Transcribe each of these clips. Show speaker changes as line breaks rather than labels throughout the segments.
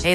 Hey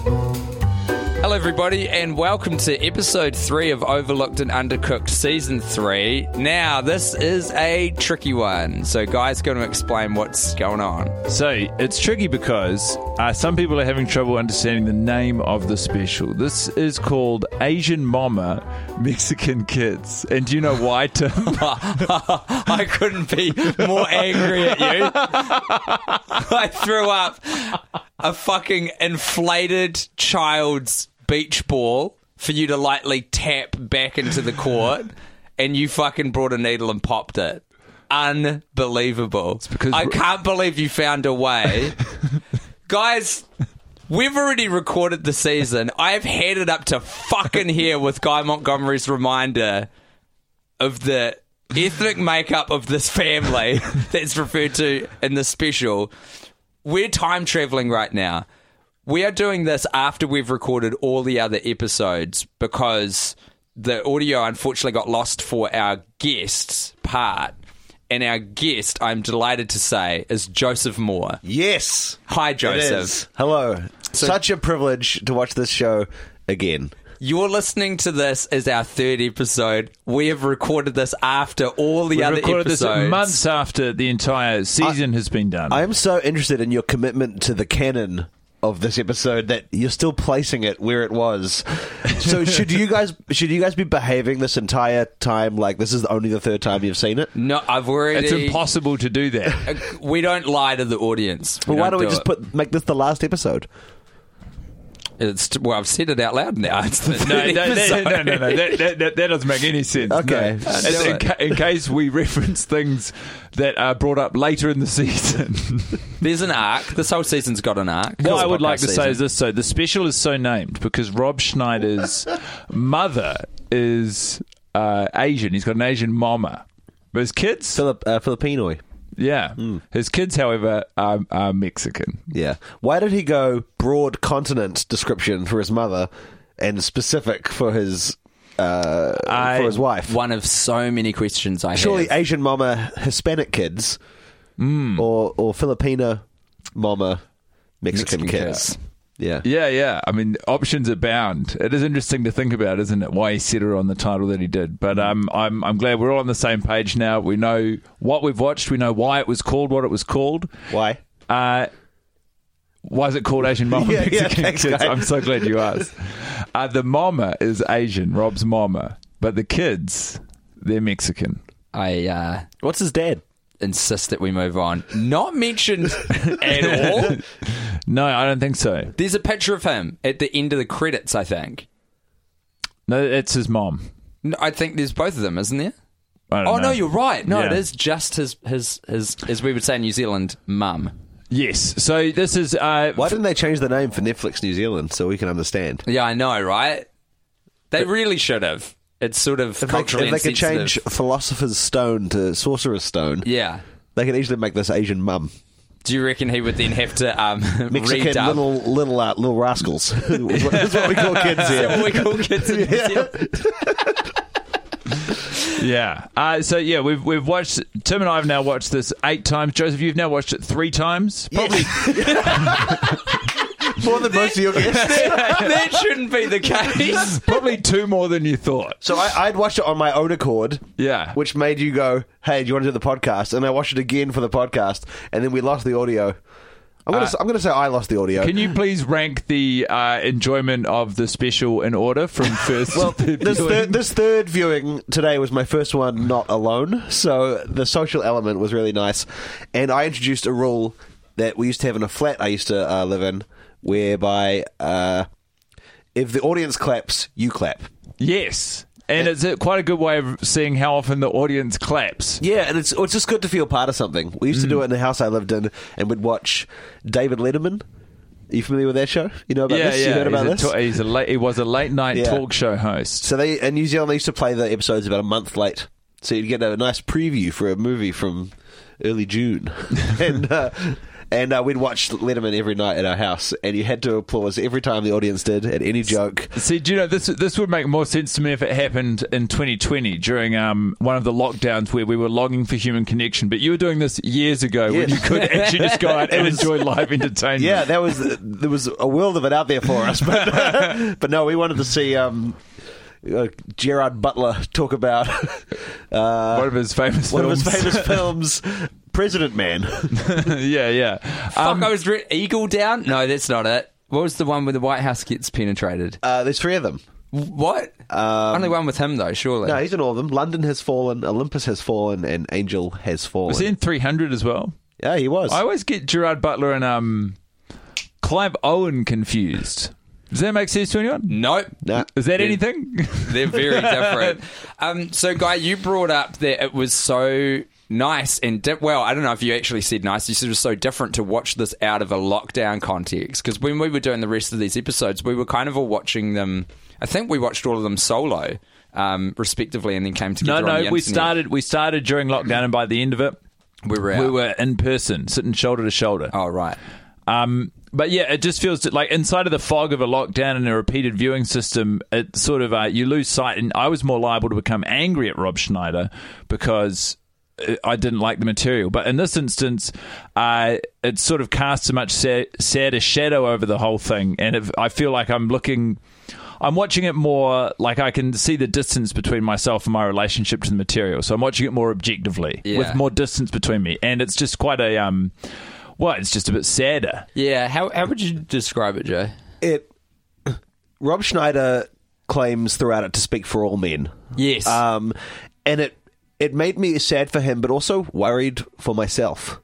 Hello, everybody, and welcome to episode three of Overlooked and Undercooked season three. Now, this is a tricky one, so Guy's going to explain what's going on.
So it's tricky because uh, some people are having trouble understanding the name of the special. This is called Asian Mama Mexican Kids. And do you know why, Tim?
I couldn't be more angry at you. I threw up a fucking inflated child's beach ball for you to lightly tap back into the court, and you fucking brought a needle and popped it. Unbelievable.
because
I
we're-
can't believe you found a way. Guys, We've already recorded the season. I've had it up to fucking here with Guy Montgomery's reminder of the ethnic makeup of this family that's referred to in the special. We're time traveling right now. We are doing this after we've recorded all the other episodes because the audio unfortunately got lost for our guest's part. And our guest, I'm delighted to say, is Joseph Moore.
Yes.
Hi, Joseph.
It is. Hello. Such a privilege to watch this show again.
You're listening to this as our third episode. We have recorded this after all the
We
other
recorded
episodes.
this months after the entire season has been done.
I am so interested in your commitment to the canon of this episode that you're still placing it where it was. So should you guys should you guys be behaving this entire time like this is only the third time you've seen it?
No, I've already.
it's impossible to do that.
We don't lie to the audience.
But why don't we
do
just
it.
put make this the last episode?
It's well, I've said it out loud now. It's the
No,
third
no, no,
episode.
no, no, no. That, that, that, that doesn't make any sense.
Okay.
No.
Let's
It's
do
In,
it.
ca- in case we reference things that are brought up later in the season.
There's an arc. This whole season's got an arc. It's
What I
a
would
podcast
like to say
season.
is this: so the special is so named because Rob Schneider's mother is uh, Asian. He's got an Asian mama, but his kids,
Filip, uh, Filipino.
yeah,
Hmm.
his kids, however, are, are Mexican.
Yeah. Why did he go broad continent description for his mother and specific for his uh,
I-
for his wife?
one of so many questions I
surely
have.
Asian mama, Hispanic kids,
Hmm.
or or Filipina mama, Mexican,
Mexican
kids.
kids.
Yeah.
Yeah, yeah. I mean, options abound. It is interesting to think about, isn't it? Why he said it on the title that he did. But um, I'm I'm glad we're all on the same page now. We know what we've watched. We know why it was called what it was called.
Why?
Uh, why is it called Asian Mama
Yeah, yeah,
Mexican
thanks,
Kids?
guy.
I'm so glad you asked. Uh, the mama is Asian, Rob's mama, but the kids, they're Mexican.
I uh,
What's his dad?
insist that we move on. Not mentioned at all.
No, I don't think so.
There's a picture of him at the end of the credits. I think.
No, it's his mom.
No, I think there's both of them, isn't there?
I don't
Oh
know.
no, you're right. No, it
Yeah.
is just his his his as we would say in New Zealand, mum.
Yes. So this is. Uh,
Why didn't they change the name for Netflix New Zealand so we can understand?
Yeah, I know, right? They really should have. It's sort of
If they, if
culturally
they could
insensitive.
change Philosopher's Stone to Sorcerer's Stone,
Yeah.
they could easily make this Asian mum.
Do you reckon he would then have to um,
Mexican
redub?
little little uh, little rascals. That's what we call kids
Is that
here.
what we call kids in New Zealand?
Yeah. Uh, so yeah, we've we've watched Tim and I have now watched this eight times. Joseph, you've now watched it three times. Probably
More than most of your guests.
that shouldn't be the case.
probably two more than you thought.
So I, I'd watched it on my own accord.
Yeah.
Which made you go, hey, do you want to do the podcast? And I watched it again for the podcast. And then we lost the audio. I'm going
Uh,
to I'm gonna say I lost the audio.
Can you please rank the uh, enjoyment of the special in order from first?
well,
to
this
viewing?
third, this third viewing today was my first one not alone, so the social element was really nice. And I introduced a rule that we used to have in a flat I used to uh, live in, whereby uh, if the audience claps, you clap.
yes, and it's a, quite a good way of seeing how often the audience claps.
Yeah, and it's it's just good to feel part of something. We used to
Mm.
do it in the house I lived in, and we'd watch David Letterman. Are you familiar with that show? You know about
yeah,
this?
yeah.
You heard about
he's
this?
A ta- he's a late, he was a late night
Yeah.
talk show host.
So they in New Zealand they used to play the episodes about a month late, so you'd get a nice preview for a movie from early June, and uh, and uh, we'd watch Letterman every night at our house, and you had to applause every time the audience did at any joke.
See, do you know this? This would make more sense to me if it happened in 2020 during um, one of the lockdowns where we were longing for human connection. But you were doing this years ago when
Yes.
you could actually just go out and
was-
enjoy live entertainment.
Yeah, that was there was a world of it out there for us, but but no, we wanted to see. Um, uh, Gerard Butler talk about uh,
one of his famous
one of
films.
his famous films, President Man.
yeah, yeah.
Um,
Fuck, I was re- Eagle Down? No, that's not it. What was the one where the White House gets penetrated?
Uh, there's three of them.
What?
Um,
Only one with him, though, surely.
No, he's in all of them. London has fallen, Olympus has fallen, and Angel has fallen.
Was he in 300 as well?
yeah, he was.
I always get Gerard Butler and um, Clive Owen confused. Does that make sense to anyone?
nope.
Nah.
Is that
Mm. Yeah.
anything?
They're very different. um, so, Guy, you brought up that it was so nice and di- well, I don't know if you actually said nice. You said it was so different to watch this out of a lockdown context because when we were doing the rest of these episodes, we were kind of all watching them. I think we watched all of them solo, um, respectively, and then came
no,
together. on
no.
the
We
internet.
started. We started during lockdown, and by the end of it,
We were out.
we were in person, sitting shoulder to shoulder.
Oh right.
Um, but yeah, it just feels like inside of the fog of a lockdown and a repeated viewing system, it sort of uh, you lose sight. And I was more liable to become angry at Rob Schneider because uh, I didn't like the material. But in this instance, uh, it sort of casts a much sa- sadder shadow over the whole thing, and if I feel like I'm looking. I'm watching it more like I can see the distance between myself and my relationship to the material. So I'm watching it more objectively
Yeah.
with more distance between me. And it's just quite a, um, well, it's just a bit sadder.
Yeah. How how would you describe it, Joe?
it. Rob Schneider claims throughout it to speak for all men.
Yes.
Um, and it it made me sad for him, but also worried for myself.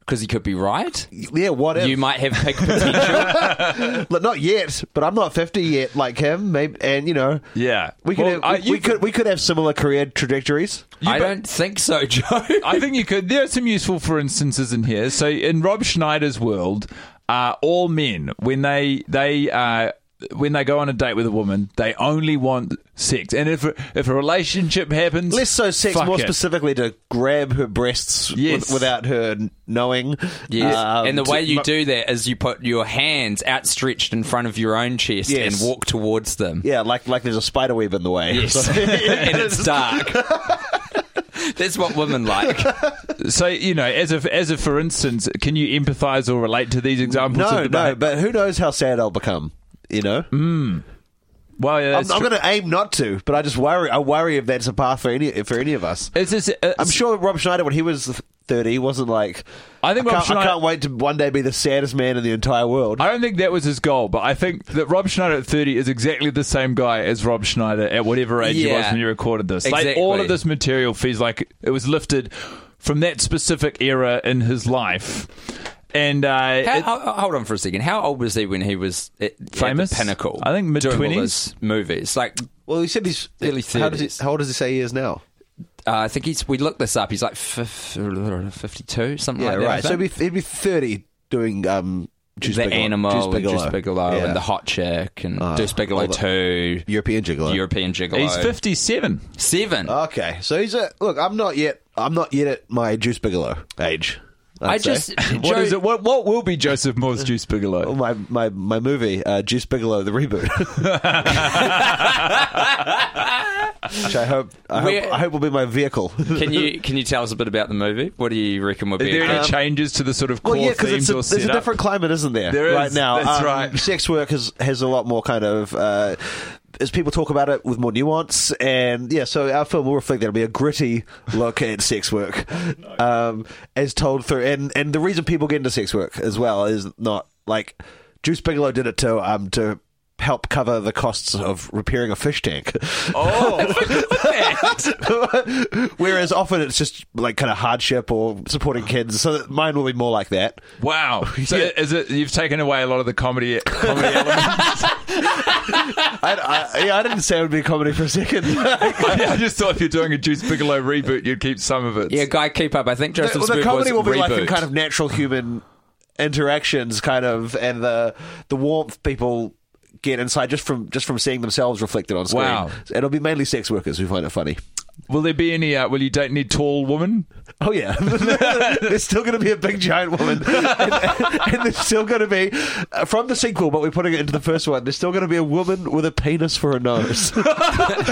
Because he could be right.
Yeah, what if?
You might have pig potential.
But not yet. But I'm not 50 yet, like him. Maybe, and you know,
Yeah.
we could
Well,
have,
I-
we, we
you've-
could we could have similar career trajectories.
I don't think so, Joe.
I think you could. There are some useful, for instances, in here. So in Rob Schneider's world, uh, all men when they they uh, when they go on a date with a woman, they only want sex. And if a, if a relationship happens,
Less so sex,
fuck
more
it.
specifically to grab her breasts with-
Yes.
without her n- knowing.
Yes.
Um,
and the
to-
way you
mo-
do that is you put your hands outstretched in front of your own chest
Yes.
and walk towards them.
Yeah, like like there's a spider web in the way.
Yes. and it's dark. That's what women like.
So you know, as if as if for instance, can you empathise or relate to these examples?
no,
of
no,
the behaviour?
but who knows how sad I'll become. You know,
well, yeah,
I'm,
that's
I'm
true.
going to aim not to, but I just worry. I worry if that's a path for any for any of us.
It's just, uh, it's-
I'm sure Rob Schneider, when he was 30, wasn't like.
I think Rob
I can't, I
Schneider-
can't wait to one day be the saddest man in the entire world.
I don't think that was his goal, but I think that Rob Schneider at 30 is exactly the same guy as Rob Schneider at whatever age he
Yeah.
was when you recorded this. Like
Exactly.
all of this material feels like it was lifted from that specific era in his life. And uh,
How,
it-
ho- hold on for a second. How old was he when he was at, at the
Famous?
pinnacle?
I think
doing all
mid-twenties.
those Movies. Like,
well, he said he's
Early
How, does
30s.
he, how old does he say he is now?
uh, I think he's, we looked this up. He's like fif- 52, something
Yeah,
like that. I
right. So he'd
think.
be, he'd be 30 doing um, Juice
the
Bigelow.
animal,
Juice
and
Bigelow,
Juice Bigelow,
Yeah.
and the hot chick, and
Ah,
Juice Bigelow
all the-
two,
European Gigolo.
European gigolo. Oh,
he's 57.
seven.
Okay, so he's a look. I'm not yet. I'm not yet at my Juice Bigelow age. I'd
I
say.
just
What
Joe-
is it? What, what will be Joseph Moore's Juice Bigelow?
Oh, my my my movie, uh, Juice Bigelow, the reboot. Which I hope I
We're-
hope, I hope will be my vehicle.
Can you can you tell us a bit about the movie? What do you reckon would
Are
be?
there
a
any
good-
changes to the sort of core
Um, Well, yeah,
themes
because
or
it's a, there's a
setup?
different climate, isn't there?
There is,
right now,
that's
Um,
right.
Sex work has has a lot more kind of. Uh, as people talk about it with more nuance, and yeah, so our film will reflect that. It'll be a gritty look at sex work, um, as told through. And and the reason people get into sex work as well is not like Juice Bigelow did it to um to help cover the costs of repairing a fish tank.
Oh.
Whereas often it's just like kind of hardship or supporting kids. So that mine will be more like that.
Wow. So is it you've taken away a lot of the comedy, comedy elements?
I, I, yeah, I didn't say it would be comedy for a second.
I, I just thought if you're doing a Juice Bigelow reboot, you'd keep some of it.
Yeah, guy, keep up. I think Joseph
well, the
Smith
comedy will
was
be like in
reboot.
kind of natural human interactions, kind of, and the the warmth people get inside just from just from seeing themselves reflected on screen.
Wow.
It'll be mainly sex workers who find it funny.
Will there be any? Uh, will you date any tall woman?
Oh yeah, there's still going to be a big giant woman, and, and there's still going to be uh, from the sequel, but we're putting it into the first one. There's still going to be a woman with a penis for a nose.
Wait,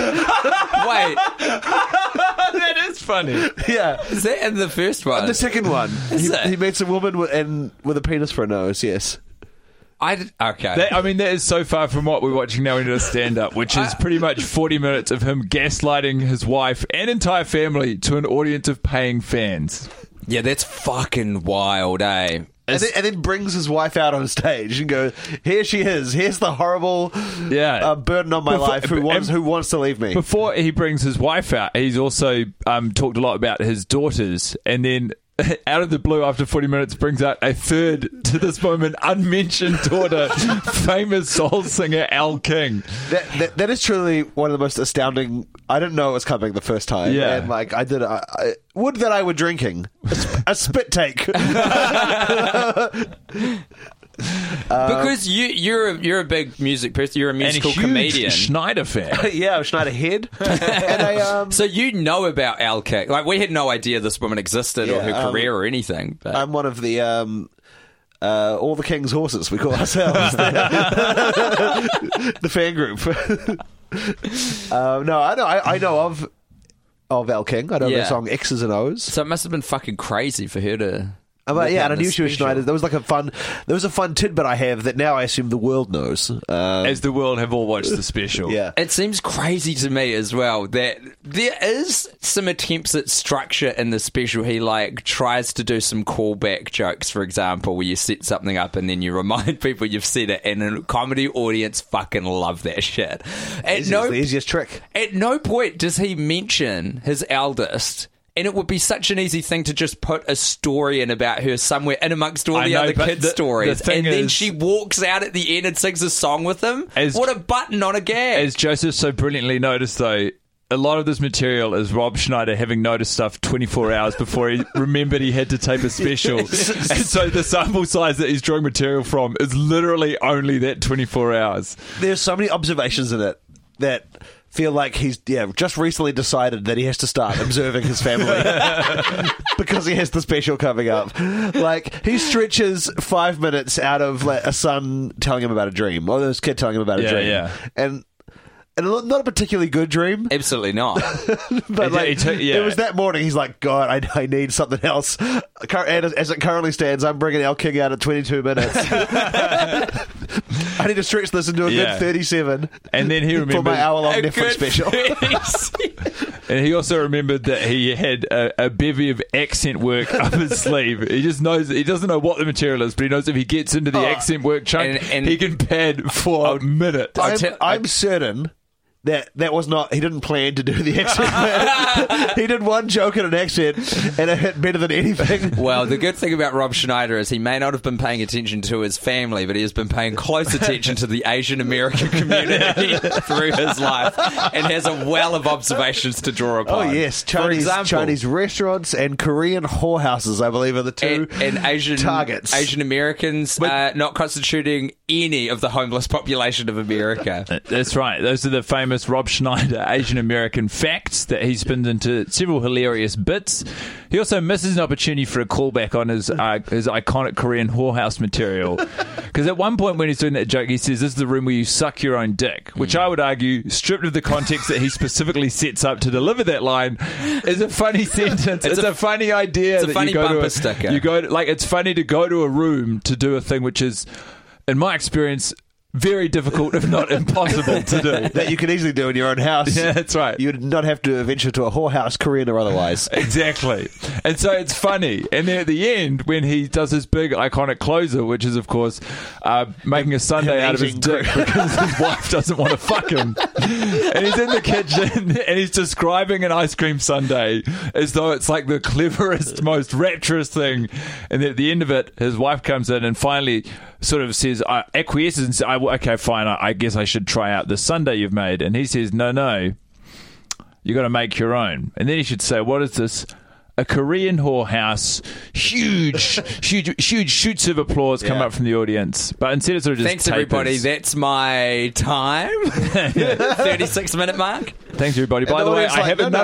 that is funny.
yeah,
is that in the first one?
Uh, the second one,
Is
he,
it?
he meets a woman with, and with a penis for a nose. Yes.
I did, okay.
That, I mean, that is so far from what we're watching now in a stand up, which is pretty much 40 minutes of him gaslighting his wife and entire family to an audience of paying fans.
yeah, that's fucking wild, eh?
and then, and then brings his wife out on stage and goes, "Here she is. Here's the horrible
Yeah.
uh, burden on my
Before-
life. Who wants
and-
who wants to leave me?"
Before he brings his wife out, he's also um, talked a lot about his daughters, and then out of the blue, after 40 minutes, brings out a third, to this moment, unmentioned daughter, famous soul singer Al King.
That, that, that is truly one of the most astounding. I didn't know it was coming the first time.
Yeah.
and like I did. I, I, would that I were drinking a, sp- a spit take. Uh,
because you you're a, you're a big music person. You're a
And a
musical
huge
comedian.
Schneider fan.
yeah, I was Schneider head, and I um.
so you know about Al King. Like we had no idea this woman existed or
Yeah,
her
um,
career or anything. But
I'm one of the um, uh, all the king's horses. We call ourselves the, the fan group. um, no, I know. I, I know of of El King. I know
Yeah.
the song X's and O's.
so it must have been fucking crazy for her to.
Uh, but
work
yeah,
on
and I knew
this
she was
special.
Schneider. There was like a fun. There was a fun tidbit I have that now I assume the world knows. Um,
As the world have all watched the special.
yeah.
It seems crazy to me as well that there is some attempts at structure in the special. He like tries to do some callback jokes, for example, where you set something up and then you remind people you've said it, and a comedy audience fucking love that shit. At
Easiest-
no,
the easiest trick.
at no point does he mention his eldest. And it would be such an easy thing to just put a story in about her somewhere in amongst all
I
the
know,
other
but
kids'
the- the
stories.
thing
and then
is-
she walks out at the end and sings a song with him.
As-
what a button on a gag.
As Joseph so brilliantly noticed, though, a lot of this material is Rob Schneider having noticed stuff 24 hours before he remembered he had to tape a special. and so the sample size that he's drawing material from is literally only that 24 hours.
There's so many observations in it that feel like he's yeah just recently decided that he has to start observing his family because he has the special coming up. Like he stretches five minutes out of like, a son telling him about a dream or this kid telling him about a
Yeah,
dream,
yeah.
and. And not not a particularly good dream,
Absolutely not.
but
It-
like
it took- yeah.
it was that morning. He's like, "God, I, I need something else." Cur- And as, as it currently stands, I'm bringing El King out at 22 minutes. I need to stretch this into a
Yeah.
good 37.
And then he
for my
remembered,
hour long
A
Netflix
good
special.
piece.
and he also remembered that he had a, a bevy of accent work up his sleeve. He just knows he doesn't know what the material is, but he knows if he gets into the accent work chunk,
And- and-
he can pad for a minute.
I'm,
tell-
I'm certain that that was not. He didn't plan to do the accent. he did one joke in an accent, and it hit better than anything.
well, the good thing about Rob Schneider is he may not have been paying attention to his family, but he has been paying close attention to the Asian American community through his life and has a well of observations to draw
Oh
upon.
yes,
For
Chinese
example,
Chinese restaurants and Korean whorehouses, I believe, are the two
And, and Asian
targets.
Asian Americans uh, not constituting any of the homeless population of America.
That's right. Those are the famous Rob Schneider Asian American facts that he spins into several hilarious bits. He also misses an opportunity for a callback on his uh, his iconic Korean whorehouse material. Because at one point when he's doing that joke, he says, "This is the room where you suck your own dick,"
Mm.
which I would argue, stripped of the context that he specifically sets up to deliver that line, is a funny sentence. It's, a, funny idea.
it's a
that
funny
you go to
bumper sticker.
You go to, like it's funny to go to a room to do a thing which is, in my experience, very difficult if not impossible to do.
that you can easily do in your own house.
Yeah, that's right.
You would not have to venture to a whorehouse, Korean or otherwise.
Exactly. And so it's funny. And then at the end, when he does his big iconic closer, which is, of course, uh, making a Sunday out of his dick because his wife doesn't want to fuck him. And he's in the kitchen and he's describing an ice cream sundae as though it's like the cleverest, most rapturous thing. And at the end of it, his wife comes in and finally sort of says, uh, acquiesces and says, I, okay, fine, I, I guess I should try out this sundae you've made. And he says, no, no you got to make your own. And then he should say, what is this? A Korean whorehouse, huge, huge, huge shoots of applause come up from the audience. But instead, it's sort of just
Thanks, everybody.
tapers.
That's my time. 36 minute mark.
Thanks, everybody. By
And
the
the
way,
audience
I
like,
have
"No, no."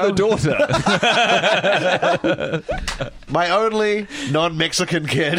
another daughter.
My only non-Mexican kid.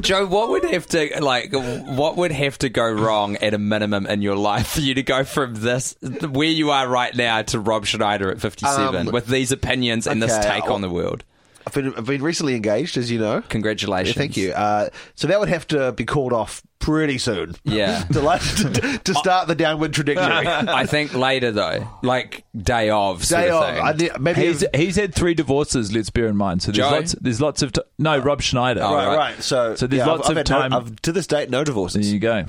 Joe, what would have to like what would have to go wrong at a minimum in your life for you to go from this where you are right now to Rob Schneider at 57
Um,
with these opinions and this
okay,
take
I'll-
on the world?
I've been I've been recently engaged, as you know.
Congratulations.
Yeah, thank you. Uh, so that would have to be called off pretty soon.
Yeah.
to, like, to, to start the downward trajectory.
I think later though, like day of sort
Day
of
of,
thing.
I did- maybe
he's, he's had three divorces. Let's bear in mind. So there's
Joe?
lots. There's lots of t- no Rob Schneider.
Oh,
right,
right.
right. So,
So there's
yeah,
lots
I've,
of
I've had
time-
No, I've, to this date, no
There
divorces.
you go.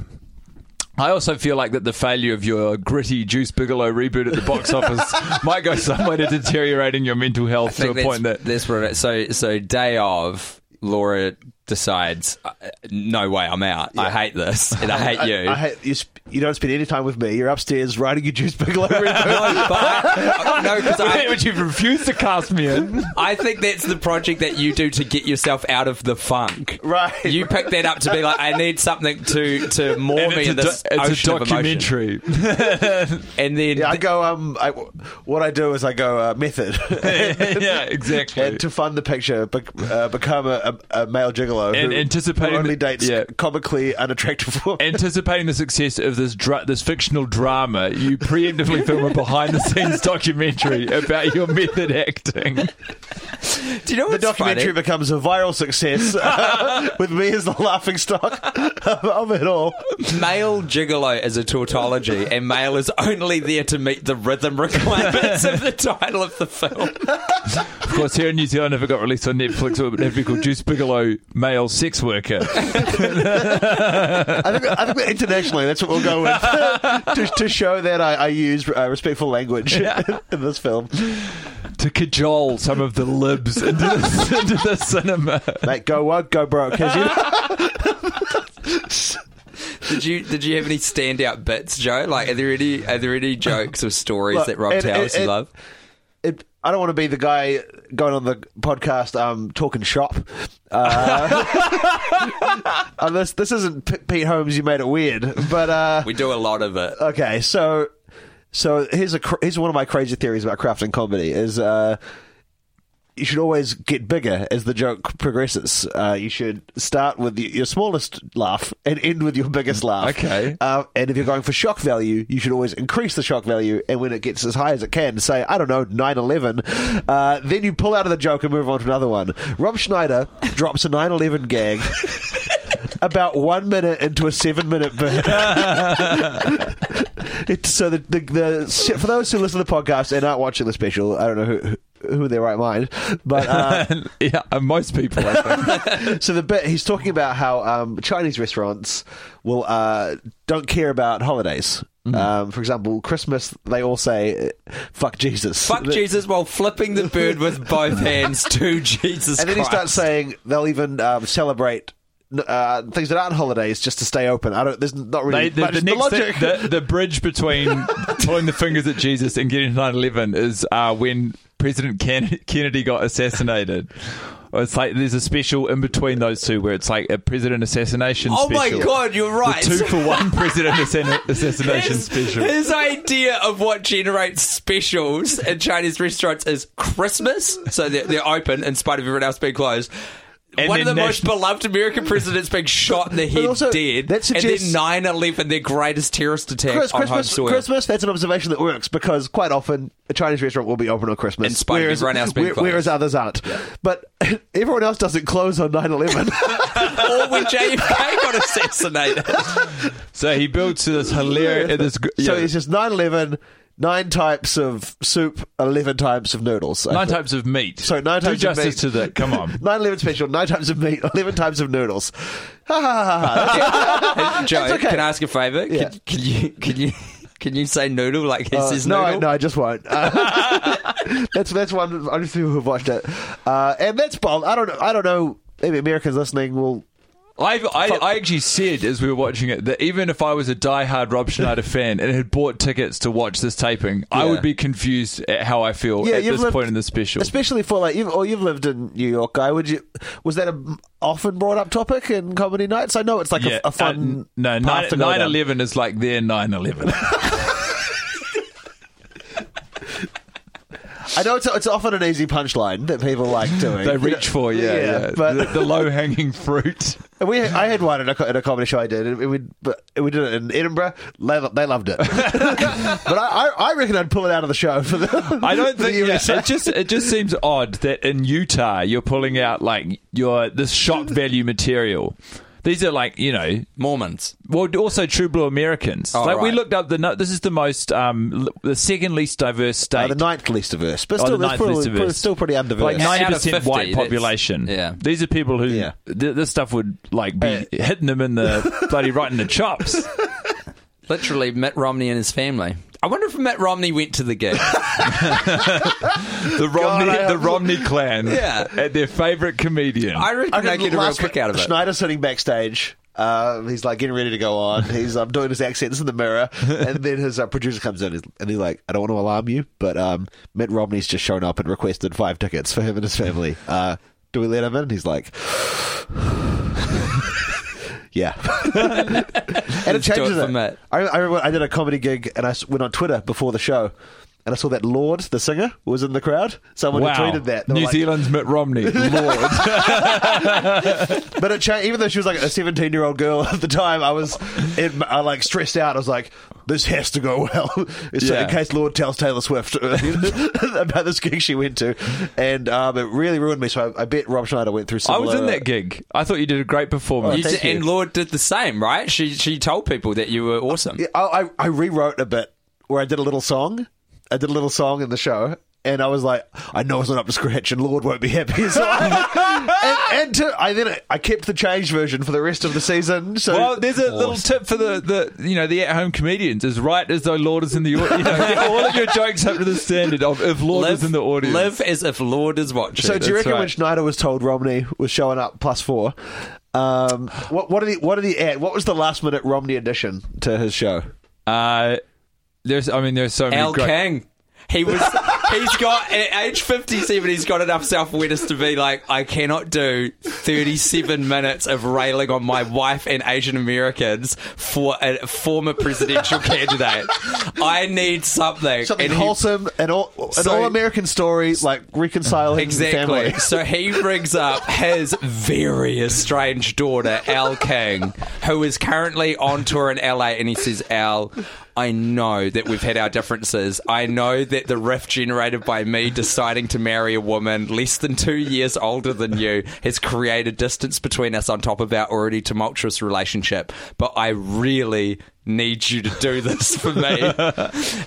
I also feel like that the failure of your gritty Juice Bigelow reboot at the box office might go some way to deteriorating your mental health to a
think that's-
point that
that's where it- so so day of Laura decides uh, no way I'm out. I hate this and I hate you.
I hate you. Sp- you don't spend any time with me. You're upstairs writing your Juice Bigelow. reboot.
no, but I, no, 'cause I,
which you've refused to cast me in.
I think that's the project that you do to get yourself out of the funk.
Right.
You pick that up to be like, I need something to to moor
And
me
it's
in
a,
this
do- it's a
ocean of emotion."
documentary.
And then
yeah, I go. Um, I, what I do is I go uh, method.
yeah, exactly.
And to fund the picture, bec- uh, become a, a, a male gigolo
And
who,
anticipating
who only
the-
dates
yeah.
comically unattractive women.
Anticipating the success of this dra- this fictional drama, you preemptively film a behind the scenes documentary about your method acting.
do you know
the
what's
documentary
funny?
becomes a viral success uh, with me as the laughing stock of, of it all.
Male gigolo is a tautology, and male is only there to meet the rhythm requirements of the title of the film.
Of course, here in New Zealand, if it got released on Netflix, it would have been called Juice Bigelow Male Sex Worker.
I think, I think that internationally, that's what we'll go with to, to show that I, I use uh, respectful language in this film.
to cajole some of the libs into the, into the cinema.
Mate, go woke, go broke. 'cause you-
Did you did you have any standout bits, Joe? Like, are there any are there any jokes or stories
Look,
that Rob
it-
Towers
it-
you
it-
love?
it, I don't want to be the guy going on the podcast um, talking shop. Uh, uh, this this isn't P- Pete Holmes. You made it weird, but uh,
We do a lot of it.
okay, so so here's a cr- here's one of my crazy theories about crafting comedy is uh you should always get bigger as the joke progresses. Uh, you should start with y- your smallest laugh and end with your biggest laugh.
Okay.
Uh, and if you're going for shock value, you should always increase the shock value. And when it gets as high as it can, say, I don't know, 9 11, uh, then you pull out of the joke and move on to another one. Rob Schneider drops a 9 11 gag about one minute into a seven minute bit. It, so the, the the for those who listen to the podcast and aren't watching the special, I don't know who who in their right mind, but uh,
yeah, and most people, I think.
so the bit he's talking about how um, Chinese restaurants will uh, don't care about holidays.
Mm-hmm.
Um, for example, Christmas they all say "fuck Jesus,"
Fuck Jesus while flipping the bird with both hands to Jesus
and then he
Christ.
starts saying they'll even um, celebrate. Uh, things that aren't holidays just to stay open. I don't. There's not
They,
really
the,
much
the next
logic.
thing- the, the bridge between pulling the fingers at Jesus and getting to 9 11 is uh, when President Ken- Kennedy got assassinated. It's like there's a special in between those two where it's like a president assassination
Oh my
special.
God, you're right.
The two for one president assassina- assassination
his,
special.
his idea of what generates specials in Chinese restaurants is Christmas, so they're, they're open in spite of everyone else being closed.
And
One of the
then
most
nation-
beloved American presidents being shot in the head
also,
dead,
that suggests-
and then 9 11, their greatest terrorist attack
Chris,
on home
Christmas,
soil.
Christmas, that's an observation that works because quite often a Chinese restaurant will be open on Christmas.
In spite of everyone else being
where-
closed.
Whereas others aren't. But everyone else doesn't close on 9 11.
or when JFK got assassinated.
So he builds to this hilarious. This,
So
yeah,
it's just 9 11, nine types of soup, 11 types of noodles.
nine types of meat.
So nine
Do
types of
justice
meat.
to the. Come on.
9 11 special, nine types of meat, 11 types of noodles. Ha ha ha ha.
Joe,
It's okay.
can I ask a favour?
Yeah.
Can, can you can you can you say noodle like this
Uh,
is
no, I-
noodle?
no, I just won't. Uh, that's that's one. Only few people who've watched it, uh, and that's bold. I don't know. I don't know. Maybe Americans listening will.
I've, I, I actually said as we were watching it that even if I was a diehard Rob Schneider fan and had bought tickets to watch this taping, I
Yeah.
would be confused at how I feel
Yeah,
at
you've
this
lived-
point in the special.
Especially for like, you've, or you've lived in New York, guy. Would you? Was that a often brought up topic in comedy nights? I know it's like a, a fun.
uh, n- no,
path to go down.
9 11 is like their 9 11.
I know it's it's often an easy punchline that people like doing.
they reach for, yeah.
Yeah,
yeah,
but-
the, the low hanging fruit.
And we, I had one at a, co- at a comedy show I did, and we, but we did it in Edinburgh. They, they loved it, but I, I, I reckon I'd pull it out of the show for the.
I don't
for the
think yeah,
USA.
it just it just seems odd that in Utah you're pulling out like your this shock value material. These are like you know
Mormons.
Well, also true blue Americans.
Oh,
like we
right.
looked up the no- this is the most um l- the second least diverse
Uh,
state.
the ninth least diverse, but
Oh,
still,
the
that's
ninth
probably-
least
probably
diverse.
still pretty undiverse.
like ninety
Out of
percent
50,
white
that's-
population.
yeah.
these are people who
Yeah.
th- this stuff would like be
Uh,
hitting them in the bloody right in the chops.
Literally, Mitt Romney and his family. I wonder if Mitt Romney went to the gig.
The Romney,
I
the
hope-
Romney clan,
Yeah.
at their favorite comedian.
I reckon I
Okay,
get a real
last
kick
one.
out of it.
Schneider's sitting backstage. Uh, he's like getting ready to go on. He's um, doing his accents in the mirror, and then his uh, producer comes in and he's like, "I don't want to alarm you, but um, Mitt Romney's just shown up and requested five tickets for him and his family. Uh, do we let him in?" And he's like, "Yeah." and it
do it
changes
for
it.
Mitt.
I, I remember I did a comedy gig, and I s- went on Twitter before the show. And I saw that Lord, the singer, was in the crowd. Someone
wow,
had tweeted that. They were
New
like,
Zealand's Mitt Romney, Lord.
But it changed, even though she was like a 17 year old girl at the time, I was it, I like stressed out. I was like, this has to go well. so
Yeah.
In case Lord tells Taylor Swift uh, about this gig she went to. And um, it really ruined me. So I, I bet Rob Schneider went through some.
I was in that gig. I thought you did a great performance.
Oh,
You did- and Lord did the same, right? She she told people that you were awesome.
I, I, I rewrote a bit where I did a little song. I did a little song in the show. And I was like, I know it's not up to scratch, and Lord won't be happy. So I, and and to, I then I kept the change version for the rest of the season. So
Well, there's a little tip for the, the you know the at-home comedians is write as though Lord is in the audience. You know, get all of your jokes up to the standard of if Lord is in the audience.
live as if Lord is watching.
So do you
that's
reckon when
right.
Schneider was told Romney was showing up plus four? Um, what what did he what did he add? What was the last minute Romney addition to his show?
Uh, there's, I mean, there's so many.
Al
great-
King. He was. He's got at age fifty-seven. He's got enough self-awareness to be like, I cannot do thirty-seven minutes of railing on my wife and Asian Americans for a former presidential candidate. I need something.
Something
And he-
wholesome, an all an
So-
all American story, like reconciling
Exactly.
family.
So he brings up his very estranged daughter, Al King, who is currently on tour in LA, and he says, Al, I know that we've had our differences. I know that the rift generated by me deciding to marry a woman less than two years older than you has created distance between us on top of our already tumultuous relationship. But I really need you to do this for me.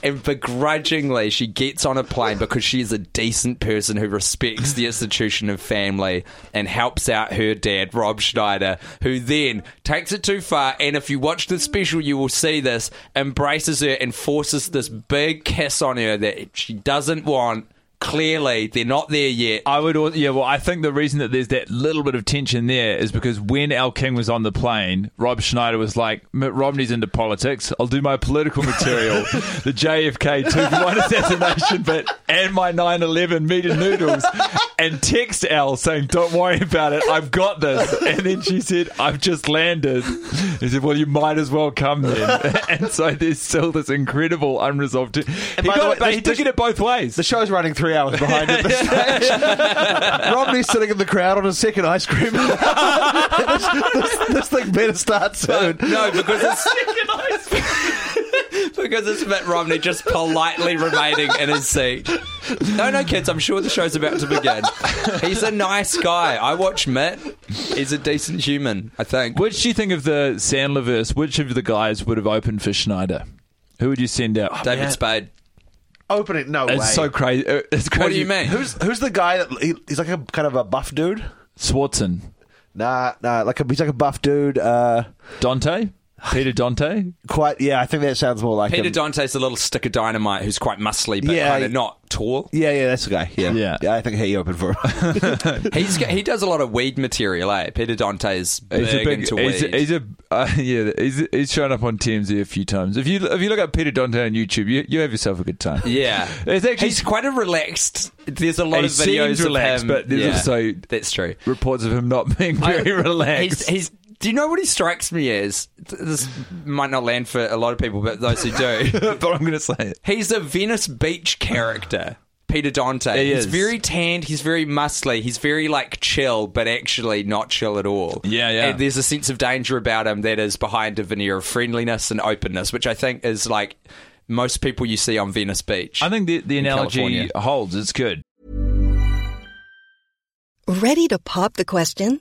and begrudgingly, she gets on a plane because she is a decent person who respects the institution of family and helps out her dad, Rob Schneider, who then takes it too far. And if you watch the special, you will see this embraces her and forces this big kiss on her that she doesn't want. Clearly, they're not there yet.
I would, al- yeah. Well, I think the reason that there's that little bit of tension there is because when Al King was on the plane, Rob Schneider was like, "Mitt Romney's into politics. I'll do my political material, the JFK two for one assassination, but and my 9/11 meat and noodles." and text Al saying, "Don't worry about it. I've got this." And then she said, "I've just landed." He said, "Well, you might as well come then." And so there's still this incredible unresolved. He,
by the
got
way,
it, but
this-
he
this-
took it both ways.
The show's running three hours behind at this stage. Romney's sitting in the crowd on his second ice cream. this, this- this thing better start soon.
No, because it's because it's Mitt Romney just politely remaining in his seat. No, no, kids. I'm sure the show's about to begin. He's a nice guy. I watch Mitt. He's a decent human. I think.
Which do you think of the Sandlerverse? Which of the guys would have opened for Schneider? Who would you send out?
David Spade.
Open it, no
It's
way.
so crazy. Uh, It's crazy.
What do you mean?
who's who's the guy that he, he's like a kind of a buff dude?
Swartzen,
Nah, nah, like a, he's like a buff dude. Uh,
Dante, Peter Dante.
quite, yeah. I think that sounds more like
Peter
him.
Dante's a little stick of dynamite who's quite muscly, but
Yeah,
kind of
he-
not tall.
Yeah, yeah, that's the guy. Yeah,
Yeah.
I think he opened for him.
He's got- he does a lot of weed material. Eh? Peter Dante's big,
He's a big.
into weed.
He's, a- he's a uh, yeah. He's he's shown up on TMZ a few times. If you if you look up Peter Dante on YouTube, you you have yourself a good time.
yeah,
it's actually
he's quite a relaxed. There's a lot
He
of videos
seems
of
relaxed,
him-
but there's
yeah,
also-
that's true.
reports of him not being very
I-
relaxed.
He's, he's. Do you know what he strikes me as? Th- This might not land for a lot of people, but those who do,
but I'm going to say it.
he's a Venice Beach character. Peter Dante.
He
he's
is.
very tanned. He's very muscly. He's very like chill, but actually not chill at all.
Yeah, yeah.
And there's a sense of danger about him that is behind a veneer of friendliness and openness, which I think is like most people you see on Venice Beach.
I think the the
In
analogy
California.
holds. It's good.
Ready to pop the question?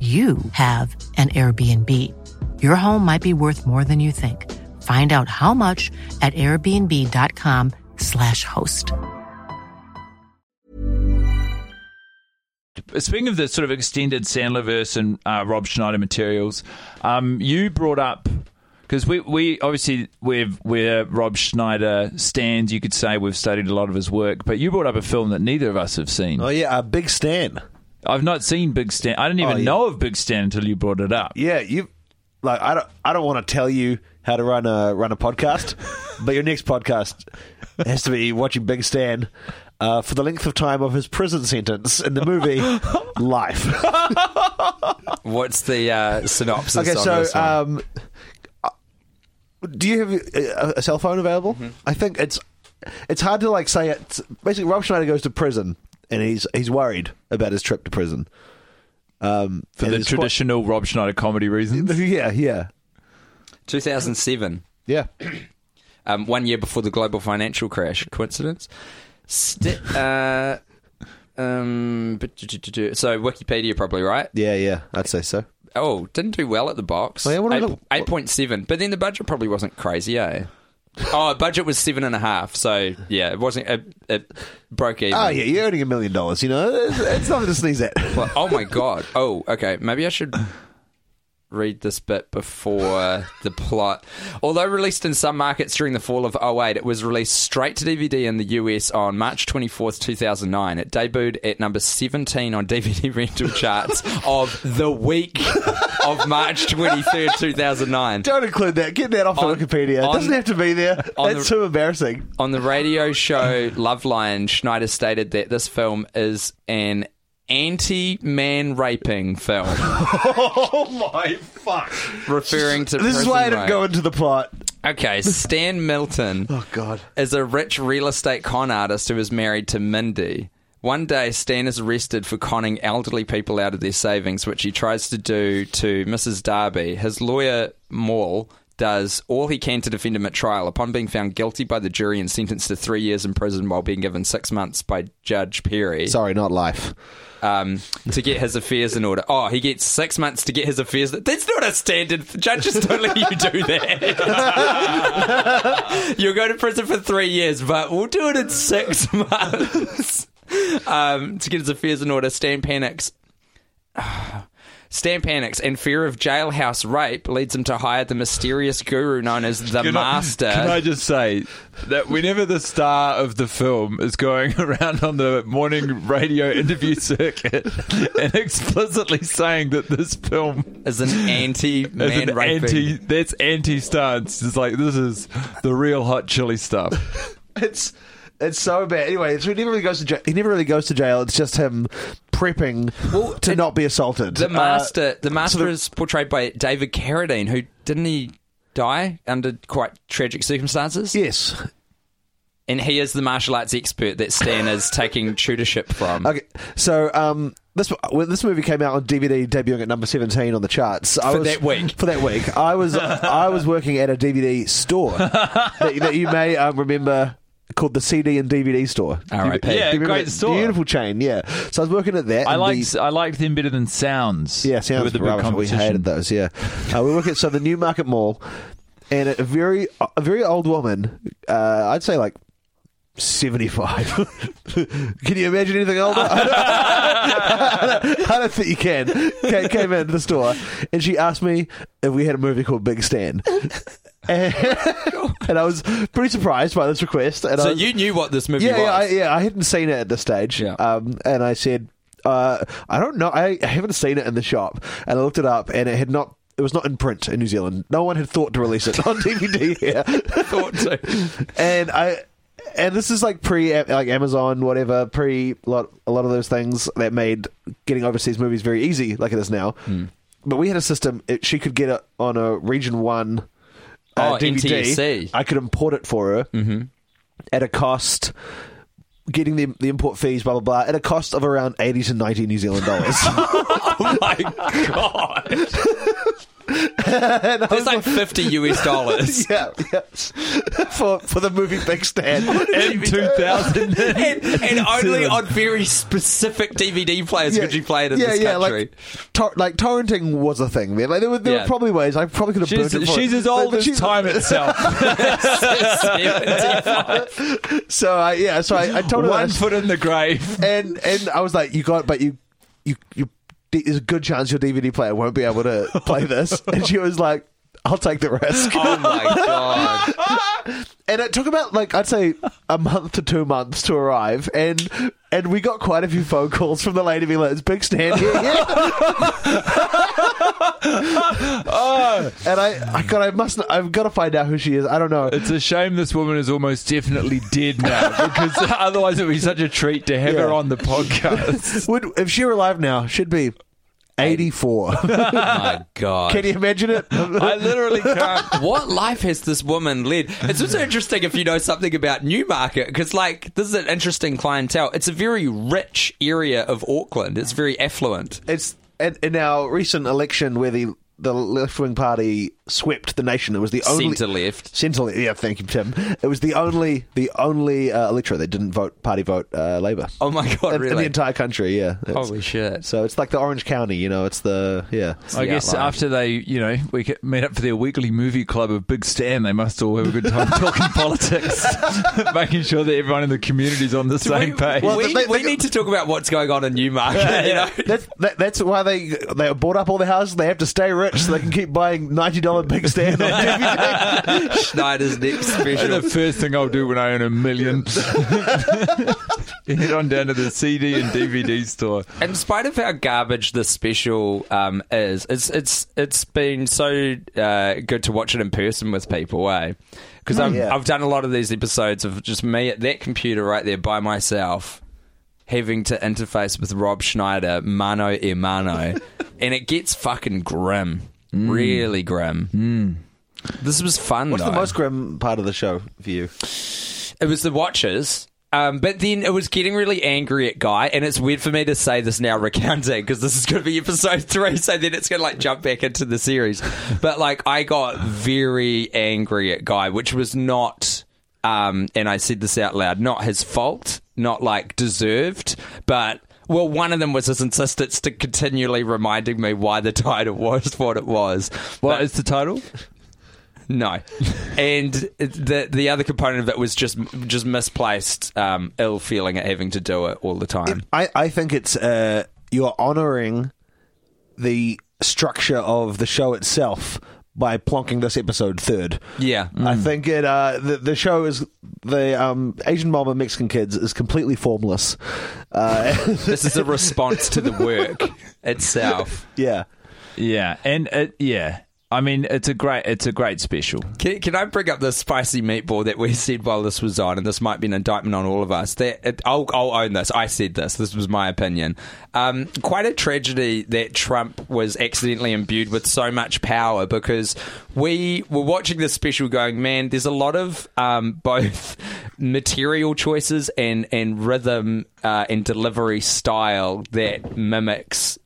you have an Airbnb. Your home might be worth more than you think. Find out how much at airbnb.com/slash host.
Speaking of the sort of extended Sandlerverse and uh, Rob Schneider materials, um, you brought up because we, we obviously we've, where Rob Schneider stands, you could say we've studied a lot of his work, but you brought up a film that neither of us have seen.
oh yeah, uh, Big Stan.
I've not seen Big Stan. I didn't even
Oh, yeah.
know of Big Stan until you brought it up.
Yeah, you like I don't I don't want to tell you how to run a run a podcast, but your next podcast has to be watching Big Stan uh, for the length of time of his prison sentence in the movie Life.
What's the uh, synopsis?
okay,
on
so
this one?
um, uh, do you have a, a cell phone available? I think it's it's hard to like say it. Basically, Rob Schneider goes to prison and he's he's worried about his trip to prison. Um,
For
and
the
it's quite-
traditional Rob Schneider comedy reasons.
yeah, yeah,
2007.
yeah.
um, one year before the global financial crash. Coincidence? Sti- uh, um, but- so Wikipedia probably right.
Yeah, yeah, I'd say so.
Oh, didn't do well at the box.
Oh, yeah, what about-
Eight point seven, but then the budget probably wasn't crazy, eh? Oh, budget was seven and a half, so yeah, it wasn't. It, it broke even.
Oh yeah, you're earning a million dollars. You know, it's, it's nothing to sneeze at.
Well, oh my god. Oh, okay. Maybe I should. read this bit before the plot. Although released in some markets during the fall of 08, it was released straight to DVD in the US on March 24th, 2009. It debuted at number 17 on DVD rental charts of the week of March 23rd, 2009.
Don't include that. Get that off
On-
the Wikipedia.
on-
it doesn't have to be there.
on
That's
the-
too embarrassing.
On the radio show Loveline, Schneider stated that this film is an anti man raping film,
Oh my fuck!
referring to
This is why I
prison
didn't go
rape.
into the plot.
Okay, Stan Milton.
Oh god.
is a rich real estate con artist who is married to Mindy. One day, Stan is arrested for conning elderly people out of their savings, which he tries to do to Mrs. Darby. His lawyer, Maul, does all he can to defend him at trial. Upon being found guilty by the jury and sentenced to three years in prison while being given six months by Judge Perry
Sorry, not life.
um, to get his affairs in order. Oh, he gets six months to get his affairs. That's not a standard. Judges don't let you do that. You'll go to prison for three years, but we'll do it in six months. Um, to get his affairs in order, Stan panics. Stan panics, and fear of jailhouse rape leads him to hire the mysterious guru known as the
Can I-
Master.
can I just say that whenever the star of the film is going around on the morning radio interview circuit and explicitly saying that this film
is an anti-man
is an
raping.
anti, that's anti-stance. It's like this is the real hot chili stuff.
It's it's so bad. Anyway, so he never really goes to jail. He never really goes to jail. It's just him prepping to not be assaulted.
The
Uh,
master, the master
so the-
is portrayed by David Carradine, who didn't he die under quite tragic circumstances?
yes.
And he is the martial arts expert that Stan is taking tutorship from.
Okay. So um, this when this movie came out on DVD, debuting at number seventeen on the charts. I
For
was,
that week.
For that week, I was I was working at a DVD store that, that you may um, remember. Called the CD and DVD store. Do you-
R.I.P..
do you
Yeah,
remember
great
that?
store.
Beautiful chain, yeah. So I was working at that.
I
and the-
liked I liked them better than sounds.
Yeah,
They
sounds
were the big
rubbish, but We
competition.
hated those. Yeah, uh, we work at so the Newmarket Mall, and a very a very old woman. Uh, I'd say like. 75. can you imagine anything older? I don't, I don't- I don't think you can. Ca- Came into the store and she asked me if we had a movie called Big Stan. And, and I was pretty surprised by this request. And I
So
was,
you knew what this movie
yeah, yeah, I,
was.
yeah. I hadn't seen it at this stage.
Yeah.
Um, and I said, uh, I don't know. I, I haven't seen it in the shop. And I looked it up, and it had not. It was not in print in New Zealand. No one had thought to release it on DVD here.
Thought so.
and I. And this is like pre like Amazon, whatever, pre lot a lot of those things that made getting overseas movies very easy, like it is now. But we had a system; it, she could get it on a region one uh,
Oh,
DVD.
NTSC.
I could import it for her at a cost getting the, the import fees, blah blah blah, at a cost of around eighty to ninety New Zealand dollars.
Oh my god! That's like fifty US dollars.
yeah, yeah. for for the movie Big Stand.
in 2000.
And, and only on very specific DVD players could you play it in
yeah,
this
yeah,
country.
like, tor- like torrenting was a thing. Man. Like there were, there
Yeah.
were probably ways I probably could have.
She's,
burnt it for
she's
it.
as old
But
as
she's-
time itself.
So I yeah, so I, I told her
One
this,
foot in the grave.
and and I was like, you got, but you you you. There's a good chance your DVD player won't be able to play this. And she was like, I'll take the risk.
oh my god!
and it took about like I'd say a month to two months to arrive, and and we got quite a few phone calls from the lady being like, "It's big stand here." Yeah. and I, I God, I must, I've got to find out who she is. I don't know.
It's a shame this woman is almost definitely dead now because otherwise it would be such a treat to have her
Yeah.
on the podcast.
Would if she were alive now, she'd be eighty-four.
My god!
Can you imagine it?
I literally can't.
what life has this woman led? It's also interesting if you know something about Newmarket, because like this is an interesting clientele. It's a very rich area of Auckland. It's very affluent.
it's in, in our recent election where the the left wing party swept the nation. It was the only
Centre left.
Centre left. Yeah, thank you, Tim. It was the only the only uh, electorate that didn't vote party vote uh, Labour.
Oh my God,
In- in,
really?
the entire country, yeah. It's-
Holy shit.
So it's like the Orange County, you know. It's the yeah.
I
the
guess
outline.
after they, you know, we get- meet up for their weekly movie club of Big Stan, they must all have a good time talking politics, making sure that everyone in the community's on the same page.
Well,
we,
they-
we
they-
need to talk about what's going on in Newmarket. you know?
That's that, that's why they they bought up all the houses. They have to stay rich so they can keep buying ninety dollar big stand on DVD.
Schneider's next
the
special.
first thing I'll do when I earn a million, head on down to the CD and DVD store.
In spite of how garbage this special um, is, it's it's it's been so uh, good to watch it in person with people, eh? Because I've,
yeah.
I've done a lot of these episodes of just me at that computer right there by myself, having to interface with Rob Schneider mano e mano, and it gets fucking grim, really grim. This was fun.
Mm. What's
though.
the most grim part of the show for you?
It was the Watchers. Um, but then it was getting really angry at Guy, and it's weird for me to say this now, recounting, because this is going to be episode three, so then it's going to like jump back into the series. But like, I got very angry at Guy, which was not, um, and I said this out loud, not his fault, not like deserved, but well, one of them was his insistence to continually reminding me why the title was what it was.
What
But-
is the title?
no, and the the other component of it was just just misplaced um, ill feeling at having to do it all the time.
I, I think it's uh, you're honoring the structure of the show itself by plonking this episode third.
Yeah. Mm.
I think it uh, the the show is the um, Asian mom and Mexican kids is completely formless. Uh,
this is a response to the work itself.
yeah.
Yeah, and it, yeah, I mean it's a great it's a great special.
Can, can I bring up the spicy meatball that we said while this was on, and this might be an indictment on all of us. That it, I'll, I'll own this. I said this. This was my opinion. Um, quite a tragedy that Trump was accidentally imbued with so much power because we were watching this special, going, man, there's a lot of um, both material choices and and rhythm uh, and delivery style that mimics.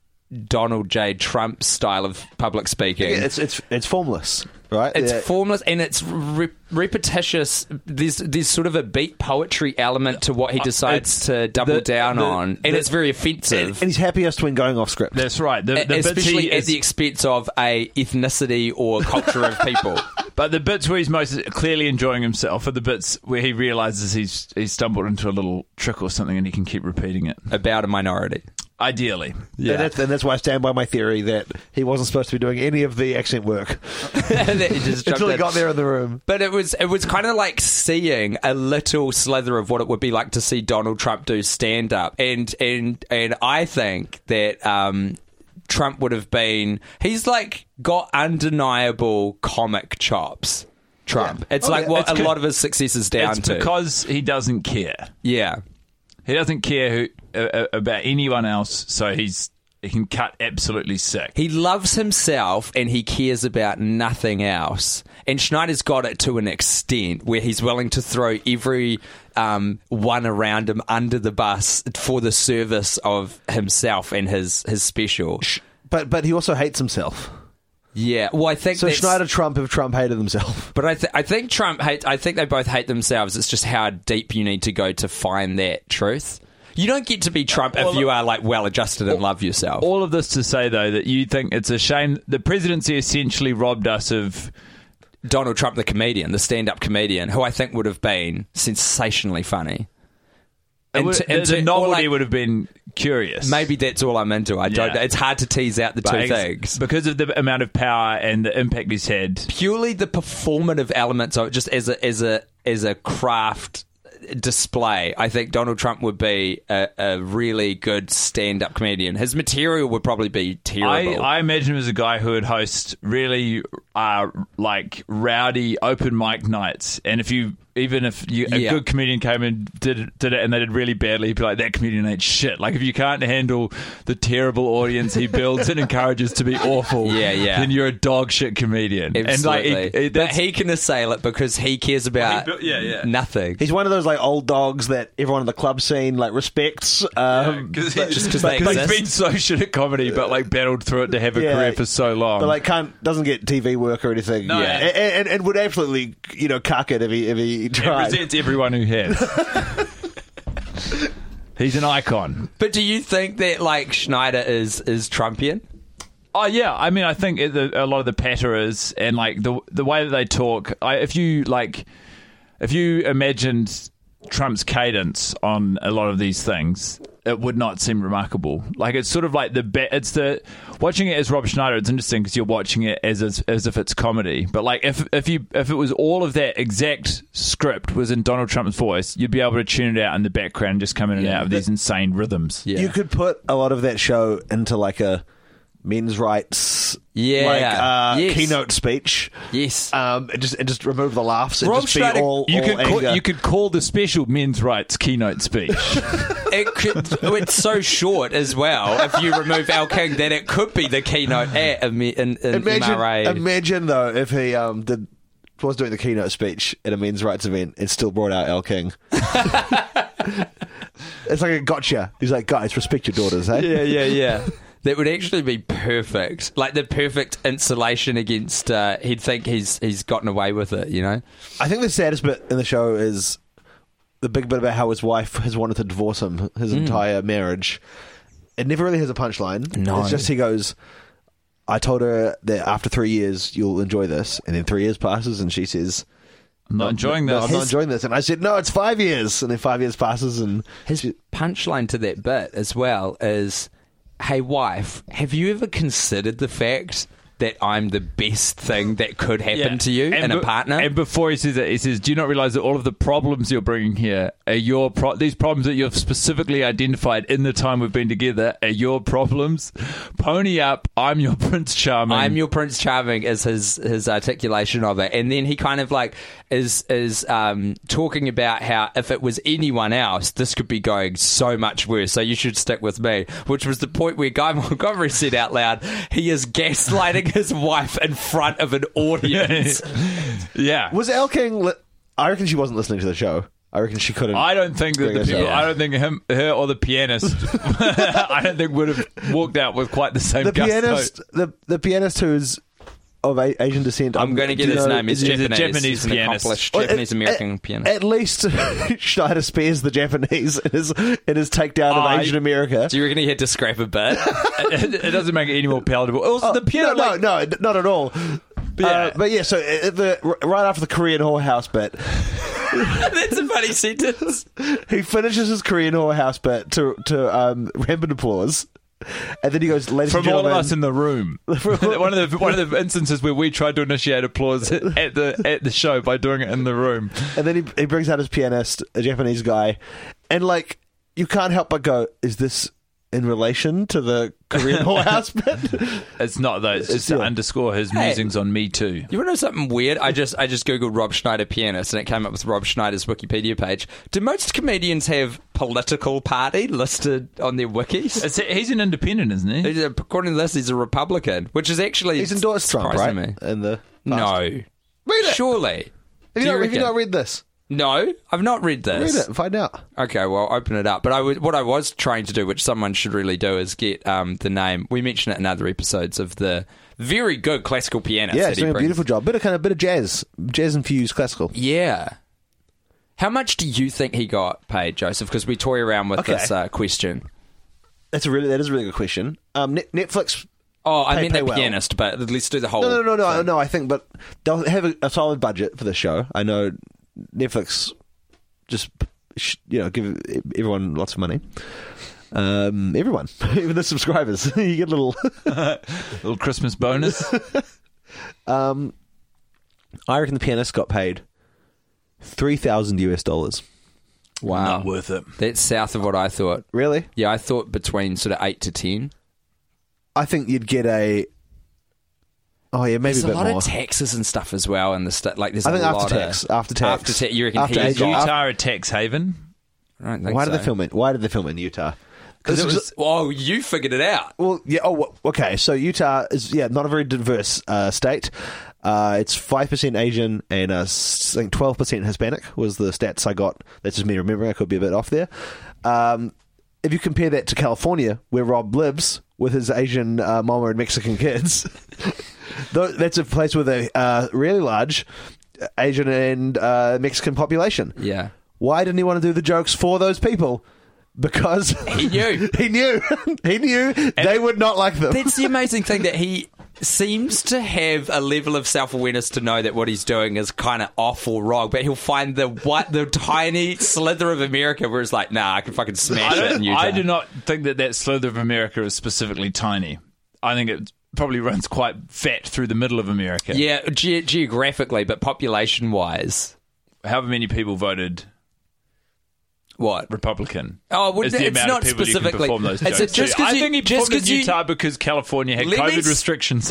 Donald J. Trump's style of public speaking.
it's it's it's formless, right?
It's
Yeah.
formless and it's re- repetitious. There's there's sort of a beat poetry element to what he decides
Uh, It's
to double
the-
down
the-
on, and
the-
it's very offensive,
and he's happiest when going off script.
That's right. The, the
E, especially
bits he
at
is-
the expense of a ethnicity or culture of people.
But the bits where he's most clearly enjoying himself are the bits where he realizes he's he's stumbled into a little trick or something and he can keep repeating it.
About a minority.
Ideally.
And, that's, and that's why I stand by my theory that he wasn't supposed to be doing any of the accent work
And then he just jumped
until he
in.
got there in the room.
But it was it was kind of like seeing a little slither of what it would be like to see Donald Trump do stand up, and and and I think that um, Trump would have been he's like got undeniable comic chops. Trump. It's like what
Oh, It's
a
good.
lot of his success is down
It's
to.
because he doesn't care.
yeah.
He doesn't care who, uh, uh, about anyone else, so he's he can cut absolutely sick.
He loves himself and he cares about nothing else. And Schneider's got it to an extent where he's willing to throw every um, one around him under the bus for the service of himself and his, his special.
But but he also hates himself.
Yeah. Well, I think
So
that's-
Schneider Trump if Trump hated himself.
But I, th- I think Trump hate. I think they both hate themselves. It's just how deep you need to go to find that truth. You don't get to be Trump if you are like well adjusted and love yourself.
All of this to say, though, that you think it's a shame. The presidency essentially robbed us of
Donald Trump, the comedian, the stand-up comedian, who I think would have been sensationally funny.
it would,
to- and
the
to- or,
novelty
like,
would have been curious.
Maybe that's all I'm into. I don't.
Yeah.
It's hard to tease out the
But
two
ex-
things.
because of the amount of power and the impact he's had.
Purely the performative elements of it, just as a as a as a craft display. I think Donald Trump would be a, a really good stand-up comedian. His material would probably be
I,
terrible.
I imagine him as a guy who would host really uh, like rowdy open mic nights, and if you even if you, a
Yeah.
good comedian came and did did it and they did really badly, he'd be like, that comedian ain't shit. Like if you can't handle the terrible audience he builds and encourages to be awful,
Yeah, yeah.
then you're a dog shit comedian.
Absolutely.
And like, it- it-
but
that's-
he can assail it because he cares about
Well, he bu- yeah, yeah.
nothing.
He's one of those like old dogs that everyone in the club scene like respects. Um,
because
but-
just
'cause they
he's
exist.
been so shit at comedy, but like battled through it to have a
Yeah.
career for so long.
but like can't doesn't get TV work or anything.
No.
yeah, and, and, and would absolutely you know cuck it if he if he
it
tried.
resents everyone who has. he's an icon.
But do you think that like Schneider is is Trumpian?
Oh yeah, I mean, I think it, the, a lot of the patter is, and like the the way that they talk. I, if you like, if you imagined Trump's cadence on a lot of these things, it would not seem remarkable. Like it's sort of like the ba- it's the watching it as Rob Schneider. It's interesting because you're watching it as, as as if it's comedy. But like if if you if it was all of that exact script was in Donald Trump's voice, you'd be able to tune it out in the background, and just come in and out of these insane rhythms.
Yeah.
You could put a lot of that show into like a men's rights
Yeah.
like uh,
Yes.
keynote speech.
Yes.
Um, and just and just remove the laughs and
Rob
just be
Schneider-
all,
You
all
could, call,
anger.
you could call the special men's rights keynote speech.
It could, it's so short as well. If you remove Al King, then it could be the keynote at a me- in, in
imagine,
MRA.
imagine though if he um did was doing the keynote speech at a men's rights event and still brought out El King. it's like a gotcha. He's like, guys, respect your daughters, eh?
yeah, yeah, yeah. That would actually be perfect, like the perfect insulation against. Uh, he'd think he's he's gotten away with it, you know.
I think the saddest bit in the show is the big bit about how his wife has wanted to divorce him
Mm.
his entire marriage. It never really has a punchline.
No.
It's just he goes, I told her that after three years you'll enjoy this, and then three years passes and she says
I'm not enjoying this.
I'm not enjoying this. And I said, No, it's five years and then five years passes and
His punchline to that bit as well is, "Hey wife, have you ever considered the fact that I'm the best thing that could happen
Yeah.
to you and, a
be-
partner?"
And before he says that, he says, "Do you not realize that all of the problems you're bringing here are your pro- these problems that you've specifically identified in the time we've been together are your problems? Pony up! I'm your prince charming.
I'm your Prince Charming is his his articulation of it, and then he kind of like is is um, talking about how if it was anyone else, this could be going so much worse. So you should stick with me, which was the point where Guy Montgomery said out loud, he is gaslighting his wife in front of an audience.
yeah."
was El King li- I reckon she wasn't listening to the show. I reckon she couldn't
I don't think that
Bring
the
us
people,
out.
I don't think him, her, or the pianist, I don't think would have walked out with quite the same.
the
gusto.
pianist the the pianist who's of a- Asian descent um,
I'm going to get
do you
his
know-
name. He's
he's a
Japanese.
Japanese
He's an
pianist.
accomplished
Well,
Japanese
at-
American
at-
pianist.
At least Schneider spares the Japanese in his in his takedown of
I-
Asian America.
Do you reckon he had to scrape a bit?
it, it doesn't make it any more palatable. Also, the piano,
Oh, no,
like,
no, no, not at all. But
yeah.
yeah, but yeah so uh, the, r- right after the Korean whorehouse bit,
That's a funny sentence.
he finishes his Korean whorehouse bit to to um, rampant applause, and then he goes, "Ladies
from
and
all
gentlemen,
of us in the room. one of the one of the instances where we tried to initiate applause at the at the show by doing it in the room.
And then he, he brings out his pianist, a Japanese guy, and like you can't help but go, "Is this in relation to the Korean whorehouse bit?"
It's not though. It's, just to
Yeah.
underscore his musings on Me Too.
You want to know something weird? I just I just googled Rob Schneider pianist and it came up with Rob Schneider's Wikipedia page. Do most comedians have political party listed on their wikis?
It's, he's an independent, isn't he?
He's a- According to this, he's a Republican, which is actually
He's endorsed Trump, right?
surprising me.
In the
No,
past. Read it.
surely.
Have
Do you
you, not, have you
reckon?
not read this?
No, I've not read
Read
this.
it. and Find out.
Okay, well, open it up. But I was, what I was trying to do, which someone should really do, is get um, the name. We mentioned it in other episodes of the very good classical pianist.
yeah,
that
it's
he
doing a
brings.
beautiful job. Bit of kind of bit of jazz, jazz infused classical.
Yeah. How much do you think he got paid, Joseph? Because we toy around with
Okay.
this uh, question.
That's a really that is a really good question. Um, Net- Netflix.
Oh, I
Pay-
meant
pay
the
well.
pianist, but let's do the whole.
No, no, no, no, no. I think, but they'll have a, a solid budget for this show. I know Netflix just sh- you know give everyone lots of money. Um, everyone, even the subscribers, you get a little.
little Christmas bonus.
I reckon the pianist got paid three thousand US dollars.
Wow,
worth it.
that's south of what I thought.
Really?
Yeah, I thought between sort of eight to ten.
I think you'd get a Oh yeah, maybe
There's
a
a,
bit
lot
more.
of taxes and stuff as well, and the sta- like. There's
I
a
think
lot
after
of-
tax, after tax,
After tax, you reckon
After
he's
AG.
got-
Utah a tax haven?
I don't think
Why did
so.
they film it? Why did they film it in Utah?
Because it was. Oh, you figured it out.
Well, yeah. Oh, wha- okay. So Utah is yeah not a very diverse uh, state. Uh, it's five percent Asian and uh, s- I think twelve percent Hispanic was the stats I got. That's just me remembering. I could be a bit off there. Um, if you compare that to California, where Rob lives with his Asian uh, mama and Mexican kids, tho- that's a place with a uh, really large Asian and uh, Mexican population.
Yeah.
Why didn't he want to do the jokes for those people? Because he
knew.
he knew. he knew they would not like them.
That's the amazing thing that he seems to have a level of self awareness to know that what he's doing is kind of off or wrong, but he'll find the what the tiny slither of America where it's like, nah, I can fucking smash
I,
it. In
don't,
Utah.
I do not think that that slither of America is specifically tiny. I think it probably runs quite fat through the middle of America.
Yeah, ge- geographically, but population wise,
However many people voted
what?
Republican.
Oh, well,
is the
it's
amount
not
of people you can
specifically-
perform those
It's
jokes.
a- just
to.
'cause
I
you-
think he
just
performed
'cause
in
you-
Utah because California had
Let me
COVID
s-
restrictions.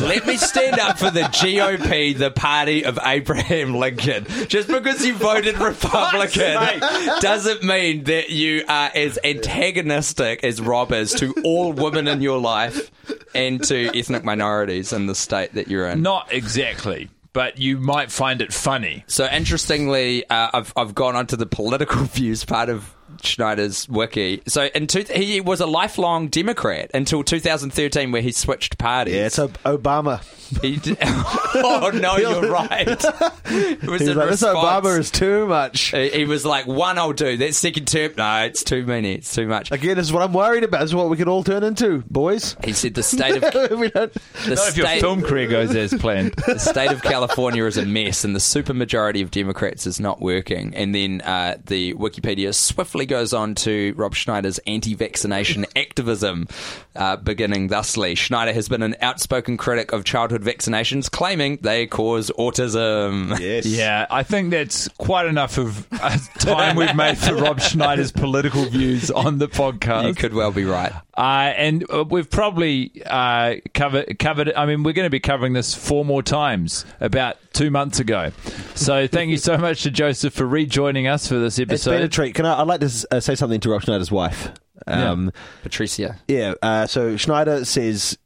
Let me stand up for the GOP, the party of Abraham Lincoln. Just because you voted Republican doesn't mean that you are as antagonistic as Rob is to all women in your life and to ethnic minorities in the state that you're in.
Not exactly, but you might find it funny.
So interestingly, uh, I've I've gone onto the political views part of Schneider's wiki. So in two, he was a lifelong Democrat until 2013, where he switched parties.
Yeah, it's Ob- Obama.
He d- oh no, you're right. It was
He was
in
like, this
response-
Obama is too much.
He- He was like, one I'll do. That second term, no, it's too many. It's too much.
Again, this is what I'm worried about. This is what we could all turn into, boys.
He said the state of
we don't.
the
Not if your
state,
film career goes as planned.
the state of California is a mess, and the supermajority of Democrats is not working. And then uh, the Wikipedia swiftly goes on to Rob Schneider's anti-vaccination activism, uh, beginning thusly: Schneider has been an outspoken critic of childhood vaccinations, claiming they cause autism.
Yes.
Yeah, I think that's quite enough of uh, time we've made for Rob Schneider's political views on the podcast.
You could well be right.
Uh, and uh, we've probably uh, covered covered. I mean, we're going to be covering this four more times about two months ago. So thank you so much to Joseph for rejoining us for this
It's been a
episode.
treat. Can I? I'd like to s- uh, say something to Rob Schneider's wife. Um,
Patricia.
Yeah. Uh, so Schneider says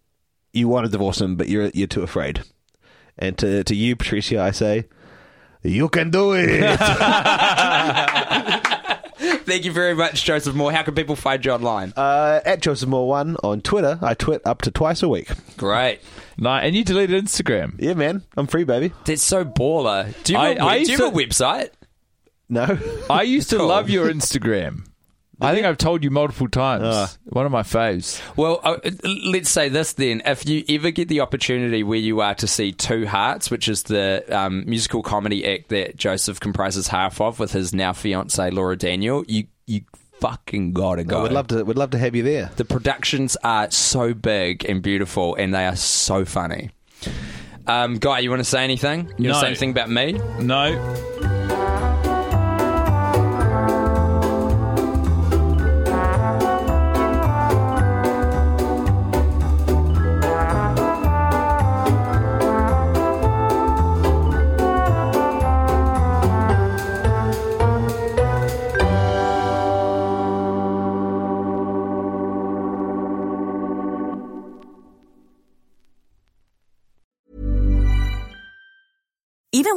you want to divorce him, but you're you're too afraid. And to to you, Patricia, I say you can do it.
Thank you very much, Joseph Moore. How can people find you online?
uh, at Joseph Moore one on Twitter. I tweet up to twice a week.
Great.
Ni- and you deleted Instagram.
Yeah, man, I'm free, baby.
That's so baller. Do you have, a
I- I
web- do you
used
have a website?
No,
I used to
Cool.
love your Instagram. I think I've told you multiple times. One of my faves.
Well, uh, let's say this then. If you ever get the opportunity where you are to see Two Hearts, which is the um, musical comedy act that Joseph comprises half of with his now fiancee Laura Daniel, you you fucking gotta go.
I would love to. Would love to have you there.
The productions are so big and beautiful, and they are so funny. Um, Guy, you want to say anything? You want
No.
to say anything about me?
No,
Even